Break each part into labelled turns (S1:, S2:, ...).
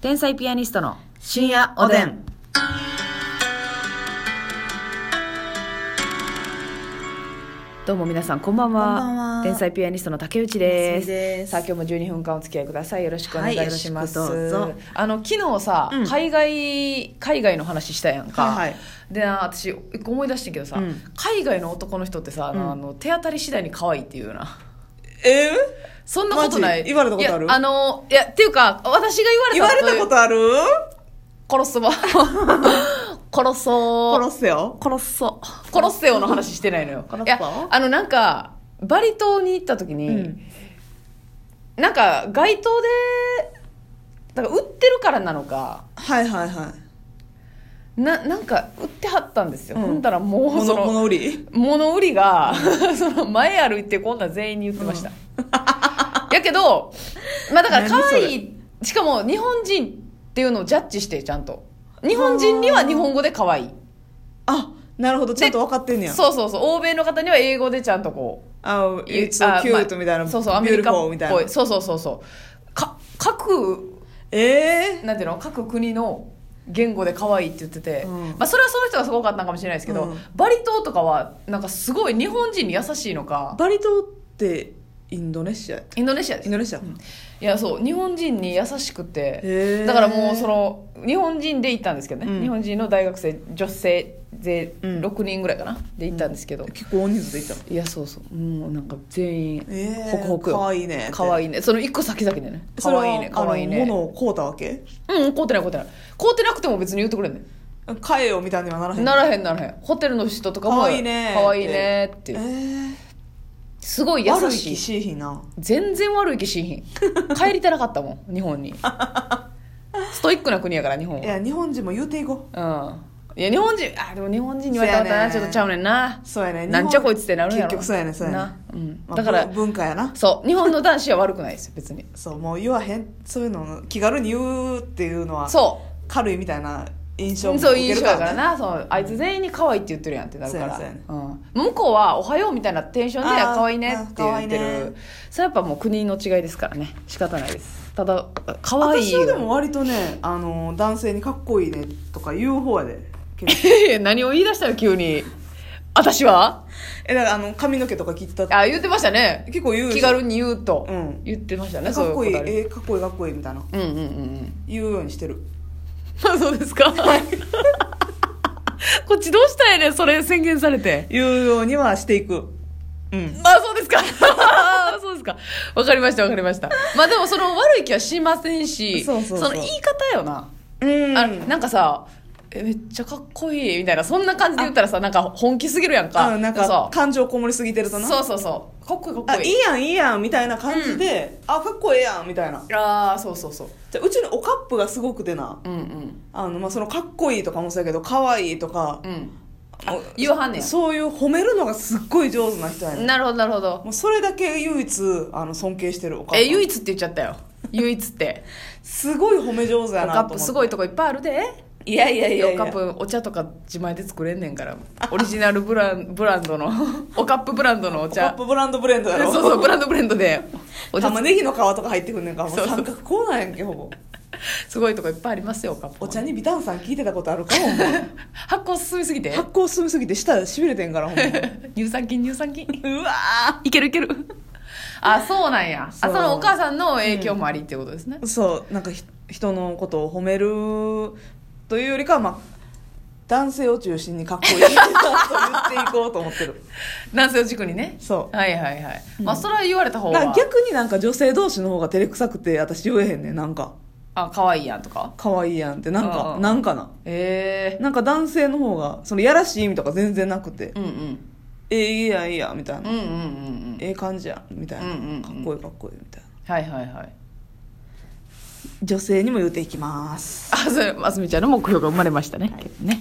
S1: 天才ピアニストの
S2: 深夜おでん。
S1: どうも皆さんこんばんは
S2: こんばんは
S1: 天才ピアニストの竹内です
S2: ますみです
S1: さあ今日も12分間お付き合いくださいよろしくお願
S2: はい
S1: い
S2: よろ
S1: し
S2: しく
S1: ます、
S2: どうぞ
S1: あの昨日さ、
S2: うん
S1: 海外海外の話したやんか、
S2: はいはい
S1: でな私一個思い出してんけどさ、
S2: うん
S1: 海外の男の人ってさあの、
S2: うん
S1: あの手当たり次第に可愛いっていうな
S2: え
S1: そんなことな
S2: マ
S1: い
S2: ジ言われたことある
S1: いやあのいやっていうか私が言
S2: 言
S1: わ
S2: わ
S1: れた
S2: れたことある
S1: と殺す わ殺そう
S2: 殺すよ。
S1: コロッソコロッセオの話してないのよ
S2: コロッソ
S1: いやあのなんかバリ島に行った時に、
S2: うん
S1: なんか街頭でなんか売ってるからなのか
S2: はいはいはい。
S1: ななんか売ってはったんですよ、
S2: うん
S1: ほんだらもう
S2: 物
S1: その
S2: 物売り
S1: 物売りが その前歩いてこんなん全員に言ってました、やけどまあだから
S2: 何
S1: 可
S2: それ
S1: 愛いしかも日本人っていうのをジャッジしてちゃんと日本人には日本語で可愛い
S2: あ、なるほど。ちゃんと分かってんねや。
S1: そうそうそう欧米の方には英語でちゃんとこう
S2: あ、
S1: 言う
S2: it's so
S1: あまあ
S2: cute みたいな。
S1: そうそうアメリカ
S2: beautiful
S1: っ
S2: みた
S1: ぽ
S2: い
S1: い
S2: な。
S1: そうそうそうそうか各
S2: ええ
S1: なんていうの各国の言語で可愛いって言ってて、
S2: うん
S1: まあ、それはその人がすごかったんかもしれないですけど、
S2: うん
S1: バリ島とかはなんかすごい日本人に優しいのか
S2: バリ島ってインドネシアイ
S1: インドネシアです
S2: ンドネシア。
S1: いやそう日本人に優しく
S2: へ
S1: て
S2: ー
S1: だからもうその日本人で行ったんですけどね、
S2: うん
S1: 日本人の大学生女性で
S2: うん
S1: 6人ぐらいかな、で行ったんですけど、
S2: 結構大人数で行ったの。
S1: いやそうそうもうなんか全員
S2: ええ
S1: ホクホクよ
S2: 可愛いね。
S1: 可愛
S2: い。
S1: いねその一個先々でね
S2: それ
S1: 可
S2: は
S1: 愛いね可愛いね
S2: あの物を買うたわけ
S1: うん、凍ってない凍ってない。凍ってなくても別に言ってくれんね
S2: 買えよみたいにはならへん。
S1: ん。ならへんならへん。ホテルの人とかも、
S2: 可愛いね
S1: 可愛いねって
S2: え
S1: いう。
S2: え
S1: すごい優
S2: 悪い
S1: し
S2: 気
S1: い。
S2: しいひんな。
S1: 全然悪い気しひ ん。帰りたなかったもん、日本に。ストイックな国やから、日本
S2: い
S1: は。
S2: や、日本人も言うていこ
S1: うん。いや、日本人、あ、でも日本人に言われたこと
S2: そう
S1: な、
S2: やね
S1: ちょっとちゃうねんな
S2: う。。そうやね。
S1: なんじゃこいつってなるん
S2: 結
S1: やろ。
S2: 局そうやね、そうやね。
S1: なうん。
S2: まあ
S1: だから
S2: ぶ、文化やな
S1: そう、日本の男子は悪くないですよ、 別に。
S2: そうもう言わへんそういうの気軽に言うっていうのは
S1: そう。
S2: 軽いみたいな印象も
S1: そう
S2: 受
S1: いい
S2: け
S1: 人
S2: る
S1: だ
S2: か
S1: から
S2: ら
S1: な、
S2: ね
S1: そうあいつ全員に可愛いって言ってるやんってなるから
S2: そうやね
S1: うん、向こうは「おはよう」みたいなテンションで「
S2: あー
S1: 可愛いね」って言
S2: あ
S1: っ
S2: ー
S1: て
S2: 可愛い
S1: る
S2: ね
S1: それやっぱもう国の違いですからね仕方ないですただ可愛い
S2: 私はで
S1: よ
S2: も割とねあの男性にかっこいいねとか言う方やで結構
S1: 何を言い出したよ急に私は
S2: えだからあの髪の毛とか切った
S1: あ言ってましたね
S2: 結構言うでし
S1: 気
S2: ょ
S1: 軽に言うと、
S2: うん
S1: 言ってましたね
S2: かっこいい
S1: そういう
S2: えかっこいいかっこいいみたいな
S1: ことあるうんうんうん
S2: 言うようにしてる
S1: うんそうですか こっちどうしたんやねんそれ宣言されて
S2: 言うようにはしていくうん
S1: まあそうですか。 そうですか。わかりました、わかりました。まあでもその悪い気はしませんし、
S2: そうそうそ
S1: の
S2: う
S1: 言い方よな。
S2: うん
S1: あなんかさ、えめっちゃかっこいいみたいな、そんな感じで言ったらさ、なんか本気すぎるやんか。
S2: うんなんか
S1: そ
S2: 感情こもりすぎてると
S1: う
S2: な
S1: そうそうそう。かっこいいか
S2: あ
S1: っこ
S2: い
S1: い
S2: い
S1: い。
S2: やんいいやんみたいな感じで、あかっこええやんみたいな
S1: ああ、そうそうそう。
S2: じゃあうちのおカップがすごくてな、
S1: うんうん。
S2: あの、まあ、その、かっこいいとかもそうやけど、かわいいとか
S1: う、ん。
S2: あ
S1: 言わはんねや
S2: そういう褒めるのがすっごい上手な人やねん。
S1: なるほど、なるほど。
S2: もうそれだけ唯一、あの、尊敬してるおかっ
S1: え、唯
S2: ぱ。
S1: 一って言っちゃったよ。唯一って。
S2: すごい褒め上手や
S1: お
S2: な
S1: カ
S2: と
S1: ッ
S2: 思って。
S1: プすごいとこいっぱいあるで。
S2: いやいやいやいや。
S1: カップお茶とか自前で作れんねんからオリジナルブランブランドの おカップブランドのお
S2: おカ
S1: 茶
S2: ップブランドブレンドや ろ。
S1: そうそうブランドブレンドでお茶
S2: 玉ねぎの皮とか入ってくんねんから、もう
S1: そうそう
S2: 三角コーナーやんけ、ほぼ。
S1: すごいとこいっぱいありますよカップ
S2: お茶にビタンさん聞いてたことある かも、ほんま
S1: 発酵進みすぎて
S2: 発酵進みすぎて舌痺れてんから、 ほんま。
S1: 乳酸菌乳酸菌
S2: うわー
S1: いけるいけるあそうなんや
S2: そう
S1: あそのお母さんの影響もありってことですね、
S2: そうなんかひ人のことを褒めるというよりかはまあ男性を中心にかっこいいと言っていこうと思って る
S1: 男性を軸にね
S2: そう
S1: はいはいはい、まあそれは言われた方
S2: なん
S1: が
S2: か逆になんか女性同士の方が照れくさくて私言えへんねんなんか
S1: あ可愛いやんとか
S2: 可愛いやんってなん
S1: うん
S2: か
S1: うん
S2: なんかな
S1: ええ
S2: なんか男性の方がそのやらしい意味とか全然なくて
S1: うんうん
S2: ええいいやんいいやんみたい
S1: うん
S2: な、
S1: うんうんうん
S2: ええ感じやんみたいな、
S1: うんうんうん
S2: かっこいいかっこいいみたいな
S1: はいはいはい
S2: 女性にも言うていきます
S1: あ、それ、ますみちゃんの目標が生まれましたね。ね。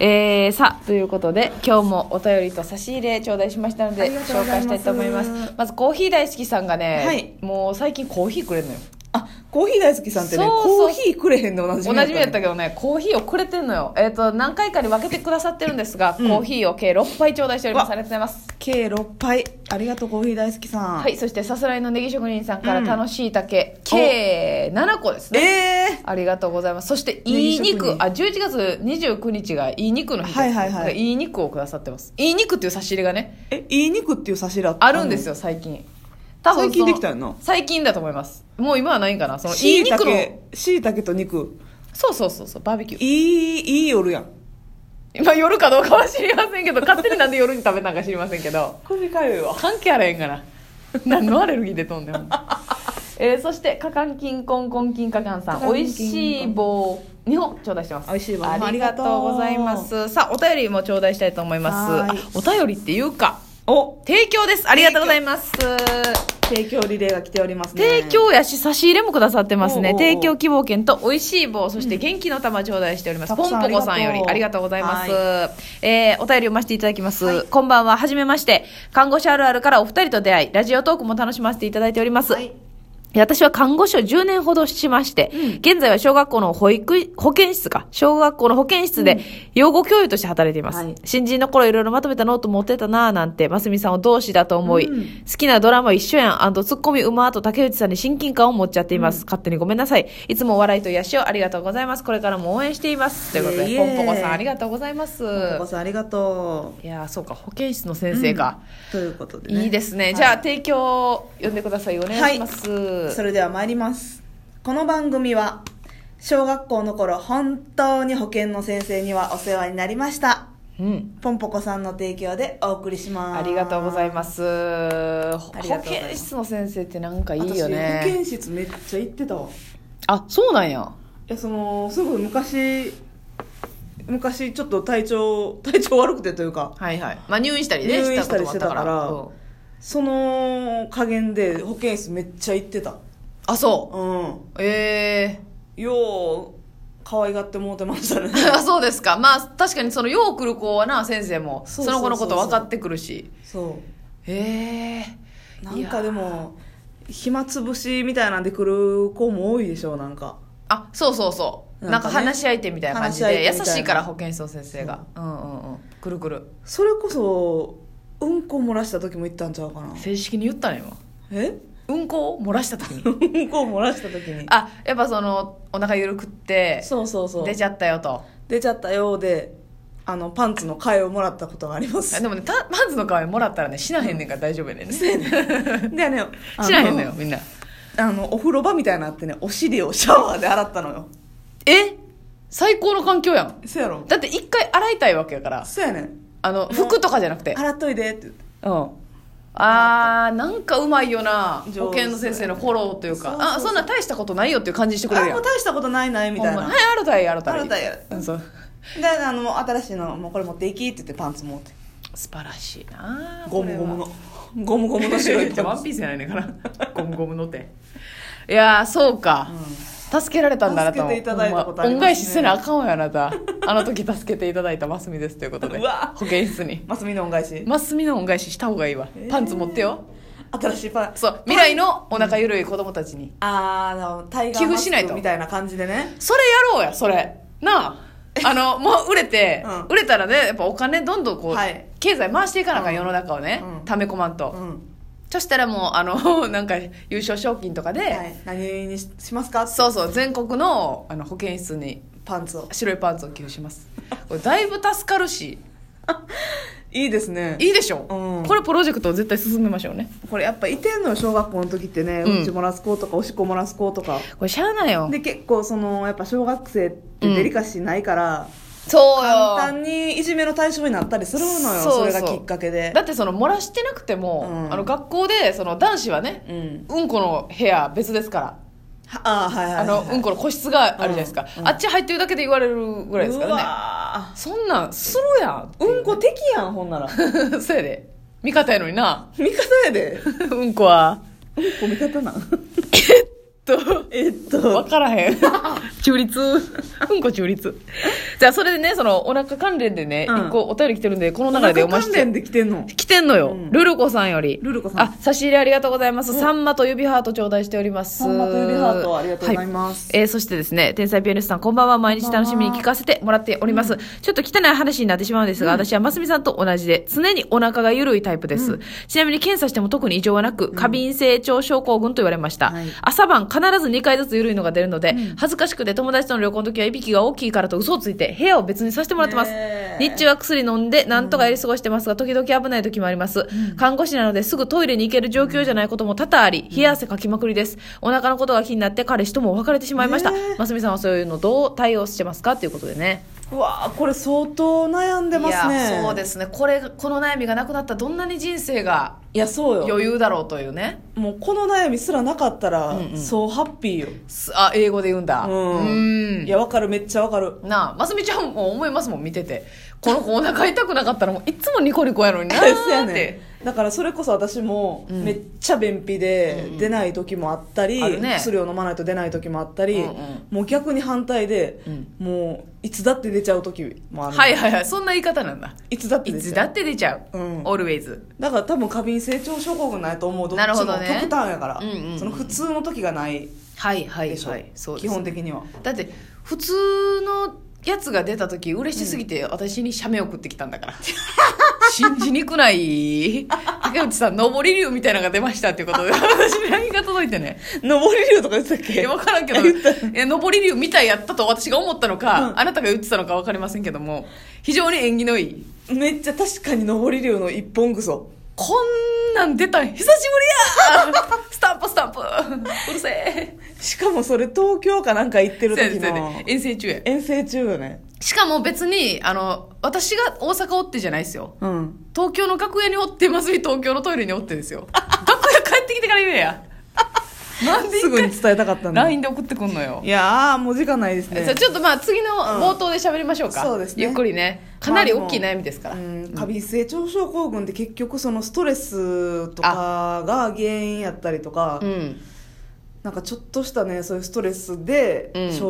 S1: えー、さあ、ということで、今日もお便りと差し入れ頂戴しましたの
S2: あ
S1: で、
S2: りがとう
S1: 紹
S2: ござい
S1: 介し
S2: ます
S1: たいと思います。まず、コーヒー大好きさんがね、
S2: はい
S1: もう最近コーヒーくれるのよ。
S2: あコーヒー大好きさんってね
S1: そうそう
S2: コーヒーくれへんでおなじ
S1: お
S2: み
S1: なじみやっ
S2: ね
S1: たけどねコーヒーをくれてんのよ、えっと何回かに分けてくださってるんですが、
S2: うん
S1: コーヒーを計6杯頂戴しておりま
S2: う
S1: す
S2: わ
S1: ありがとうございます
S2: 計6杯ありがとうコーヒー大好きさん
S1: はいそしてさすらいのネギ職人さんから
S2: うん
S1: 楽しい竹、計7個ですね
S2: え
S1: ありがとうございますそしてい
S2: ネギ
S1: い
S2: 職人
S1: 肉あ11月29日がいい肉の日です
S2: はいはいはい
S1: でいい肉をくださってますいい肉っていう差し入れがね
S2: ー、えいい肉っていう差し入れあった
S1: あるんですよ最近多分
S2: 最近
S1: その
S2: できたよな
S1: 最近だと思いますもう今はないんかなそのい
S2: し
S1: い
S2: いた
S1: 肉の
S2: けしいたけと肉
S1: そうそうそうそうバーベキュー
S2: いいいい夜やん
S1: 今夜かどうかは知りませんけ ど勝手になんで夜に食べたんか知りませんけど
S2: 首かゆいわ
S1: 関係あらへんから何のアレルギーで飛ん でんのえー、そしてカカンキンコンコンキンカカンさ
S2: カカ
S1: ん
S2: ン
S1: お
S2: キン
S1: いしい棒2本頂戴してます
S2: おいしい棒
S1: ありがとうございますさあお便りも頂戴したいと思い
S2: は
S1: ま
S2: ーい
S1: すあお便りっていうか
S2: お
S1: 提供ですありがとうございます
S2: 提供リレーが来ておりますね
S1: 提供やし差し入れもくださってますね
S2: おうおうおう
S1: 提供希望券と美味しい棒そして元気の玉頂戴しております、
S2: たく
S1: ポ
S2: さ
S1: ン
S2: ん
S1: ポコさんよりあ
S2: あ
S1: り
S2: り
S1: が
S2: が
S1: と
S2: と
S1: う
S2: う
S1: ございます、
S2: は
S1: えーお便り読ませていただきます、
S2: はい
S1: こんばんははじめまして看護師あるあるからお二人と出会いラジオトークも楽しませていただいております、
S2: はい
S1: 私は看護師を10年ほどしまして、現在は小学校の保育、保健室か、小学校の保健室で養護教諭として働いています。
S2: はい
S1: 新人の頃いろいろまとめたノート持ってたなぁなんて、ますみさんを同志だと思い、
S2: うん
S1: 好きなドラマ一緒やん、ツッコミ馬と竹内さんに親近感を持っちゃっています。勝手にごめんなさい。いつもお笑いと癒しをありがとうございます。これからも応援しています。ということで、
S2: いえいえ
S1: ポンポコさんありがとうございます。
S2: ポンポコさんありがと
S1: いやーそうか、保健室の先
S2: う
S1: 生か。
S2: うんということでね
S1: いいですね。
S2: はい
S1: じゃあ、提供読んでください。お願いします。
S2: それでは参りますこの番組は小学校の頃本当に保健の先生にはお世話になりました
S1: うん
S2: ポンポコさんの提供でお送りします
S1: ありがとうございます。保
S2: りがとうございます
S1: 健室の先生ってなんかい
S2: い
S1: いよ
S2: 保
S1: ね。
S2: 健室めっちゃ行ってたわい
S1: あ、そうなんや。
S2: やそのすごい昔昔ちょっと体調体調悪くてというか
S1: はいはい。まあ入院したりね、
S2: 入院したりしてたから
S1: したこともあったから
S2: その加減で保健室めっちゃ行ってた
S1: あ、そう。
S2: うん
S1: え
S2: よう可愛がってもうてまし たね
S1: えあそうですか。まあ確かにそのよう来る子はな、先生も、
S2: そ
S1: そう
S2: そう
S1: の
S2: そうそ
S1: 子
S2: う
S1: のこと分かってくるし。
S2: そう
S1: ええ
S2: なんかでも暇つぶしみたいなんで来る子も多いでしょうなんか
S1: あ、そうそうそう。な
S2: なんん
S1: か
S2: かね
S1: 話し相手みたいな感じ
S2: 話し
S1: で、優
S2: 相手みたいな
S1: しいから保健室の先生が。うんうんうん。くるくる。
S2: それこそうんこ漏らした時も行ったんちゃうかな
S1: 正式に言ったね、今。
S2: え
S1: うんこを漏らした時に
S2: う。ん こ漏らした時に
S1: あ、やっぱその、お腹緩くって、
S2: そうそうそう
S1: 出ちゃったよと。
S2: 出ちゃったようであのパンツの替えをもらったことがありま
S1: あ
S2: す
S1: でもねたパンツの代わりもらったらね死なへんねんから大丈夫や ねんね
S2: でねあ
S1: 死なへんのよみんな
S2: あのお風呂場みたいなのあってねお尻をシャワーで洗ったのよ
S1: え最高の環境やん
S2: そうやろ
S1: だって一回洗いたいわけやから
S2: そうやねん
S1: あの服とかじゃなくて
S2: 洗っといでって言って
S1: うんあーなんかうまいよな
S2: 上手
S1: 保健の先生のフォローというか
S2: そうそうそう
S1: あそんなん大したことないよっていう感じしてくれる
S2: あ
S1: や
S2: も
S1: ん
S2: う大したことないないみたい
S1: ほん
S2: な
S1: まはい洗うたい洗うたい
S2: 洗うたいやる
S1: うんそう
S2: であのもう新しいのもうこれ持っていきって言ってパンツ持って
S1: 素晴らしいな
S2: ゴムゴム
S1: の
S2: のゴムゴムの 白い
S1: じゃあ
S2: パ
S1: ワ
S2: ン
S1: ン
S2: ツ
S1: ピースじゃないねんからゴムゴムのっていやーそうか、助けられたんだあなたも
S2: 助けていただいたことあり
S1: ほん
S2: ますね
S1: 恩返しせなあかんわよあなたあの時助けていただいたますみですということで
S2: うわ
S1: 保健室に
S2: ますみの恩返し
S1: ますみの恩返しした方がいいわ、
S2: えー
S1: パンツ持ってよ
S2: 新しいパン
S1: そう未来のお腹ゆるい子供たちに
S2: あーあのタイ
S1: 寄
S2: ガー
S1: 付
S2: マ
S1: しない
S2: ス
S1: と
S2: クみたいな感じでね
S1: それやろうやそれなああのもう売れて、
S2: うん
S1: 売れたらねやっぱお金どんどんこう、
S2: はい
S1: 経済回していかなあかん、
S2: うん
S1: 世の中をね、
S2: うん
S1: 溜め込まんと、
S2: うん
S1: そしたらもうあの なんか優勝賞金とかで、
S2: はい何にししますか
S1: そうそう全国のあの保健室に
S2: パンツを
S1: 白いパンツを寄付しますこれだいぶ助かるし
S2: いいですね
S1: いいでしょ、
S2: うん
S1: これプロジェクトを絶対進めましょうね
S2: これやっぱいてんのよ小学校の時ってね
S1: うん
S2: うんち漏らす子とかおしっこ漏らす子とか
S1: これしゃあないよ
S2: で結構そのやっぱ小学生ってデリカシーないから、
S1: そう
S2: 簡
S1: よ
S2: 単にいじめの対象になったりするのよ
S1: そうそ
S2: そうれがきっかけで
S1: だってその漏らしてなくても、
S2: うん
S1: あの学校でその男子はね
S2: うん
S1: うんこの部屋別ですから
S2: はあーはいはいは
S1: あ
S2: いはい、
S1: のうんこの個室があるじゃないですか、
S2: うんうん
S1: あっち入ってるだけで言われるぐらいですから
S2: う
S1: ね
S2: わ
S1: そんなんするやん
S2: ーうんこ敵やん ほんなら
S1: そうやで味方やのにな
S2: 味方やで
S1: うんこは
S2: うんこ味方なん
S1: と
S2: えっ
S1: わ
S2: と
S1: からへん中立うんこ中立じゃあそれでね、そのお腹関連でね、
S2: うん
S1: 一個お便り来てるんで、この中で
S2: お
S1: 読ま
S2: 腹
S1: せ
S2: 関
S1: て。
S2: 連できてんの
S1: 来てんのよ、
S2: うん
S1: ルルコさんより。
S2: ルルコさん
S1: あ、差し入れありがとうございます。さんまと指ハート頂戴しております。
S2: さんまと指ハートありがとうございます
S1: はえーそしてですね、天才ピアニストさん、こんばんは。毎日楽しみに聞かせてもらっております。ちょっと汚い話になってしまうんですが、私はますみさんと同じで、常にお腹が緩いタイプです。ちなみに検査しても特に異常はなく、過敏性腸症候群と言われました。
S2: はい
S1: 朝晩必ず2回ずつ緩いのが出るので、恥ずかしくて友達との旅行の時はいびきが大きいからと嘘をついて、部屋を別にさせてもらってます。
S2: ねえ
S1: 日中は薬飲んで、なんとかやり過ごしてますが、時々危ない時もあります。看護師なのですぐトイレに行ける状況じゃないことも多々あり、冷や汗かきまくりです。お腹のことが気になって、彼氏とも別れてしまいました
S2: ね。
S1: ますみさんはそういうのどう対応してますかということでね。
S2: うわーこれ相当悩んでますね
S1: そうですね。これ、この悩みがなくなったらどんなに人生が
S2: いやそうよ
S1: 余裕だろうというね。
S2: もうこの悩みすらなかったら、
S1: うんうん
S2: そうハッピーよ
S1: すあ、英語で言うんだ。
S2: うん
S1: うん
S2: いやわかるめっちゃわかる
S1: なあ、ますみちゃんも思いますもん、見てて。この子お腹痛くなかったらもういつもニコニコやのにな ーって。
S2: そうやねんだからそれこそ私も
S1: うん
S2: めっちゃ便秘で出ない時もあったり、
S1: あるね
S2: 薬を飲まないと出ない時もあったり、
S1: うんうん
S2: もう逆に反対で、
S1: うん
S2: もういつだって出ちゃう時もある、
S1: はいはいはい、そんな言い方なんだ。
S2: いつだって
S1: い
S2: 出
S1: つ
S2: ちゃ
S1: だ
S2: う
S1: って出ちゃう。
S2: うん
S1: always。
S2: だから多分過敏性腸症候群ないと思うどっち
S1: なるほ
S2: も極
S1: どね
S2: 端やから、
S1: うんうんうん
S2: その普通の時がない
S1: はいはい
S2: でしょ、
S1: はい。そうで
S2: 基
S1: す
S2: 本。的 には
S1: だって、普通のやつが出た時、嬉しすぎて私に写メ送ってきたんだから。信じにく ない。竹内さん、上り竜みたいなのが出ましたっていうことで、私に LINE が届いてね。
S2: 登り竜とか言ってたっ
S1: い
S2: け
S1: や、わからん けど、
S2: 言った
S1: え、上り竜みたいやったと私が思ったのか、
S2: うん
S1: あなたが言ってたのかわかりませんけども、非常に縁起のいい。
S2: めっちゃ確かに登り竜の一本ぐそ
S1: こんなん出たん久しぶり やスタンプスタンプうるせえ
S2: しかもそれ東京かなんか行ってる時
S1: そうやねそうや
S2: の
S1: ね遠征中や
S2: 遠征中よね
S1: しかも別にあの私が大阪おってじゃないですよ
S2: うん
S1: 東京の楽屋におってますみ東京のトイレにおって ですよ楽屋帰ってきてから言えやなんです一
S2: ぐ
S1: 回
S2: に伝えたかったんだ
S1: LINE で送ってくんのよ
S2: いやーもう時間ないです
S1: じゃあ
S2: ね
S1: ちょっとまあ次の冒頭で喋りましょうか、
S2: うんそうですね
S1: ゆっくりねかなり大きい悩みですから、
S2: うん過敏性腸症候群って結局そのストレスとかが原因やったりとか、
S1: うん
S2: なんかちょっとしたねそういうストレスで
S1: うん
S2: 症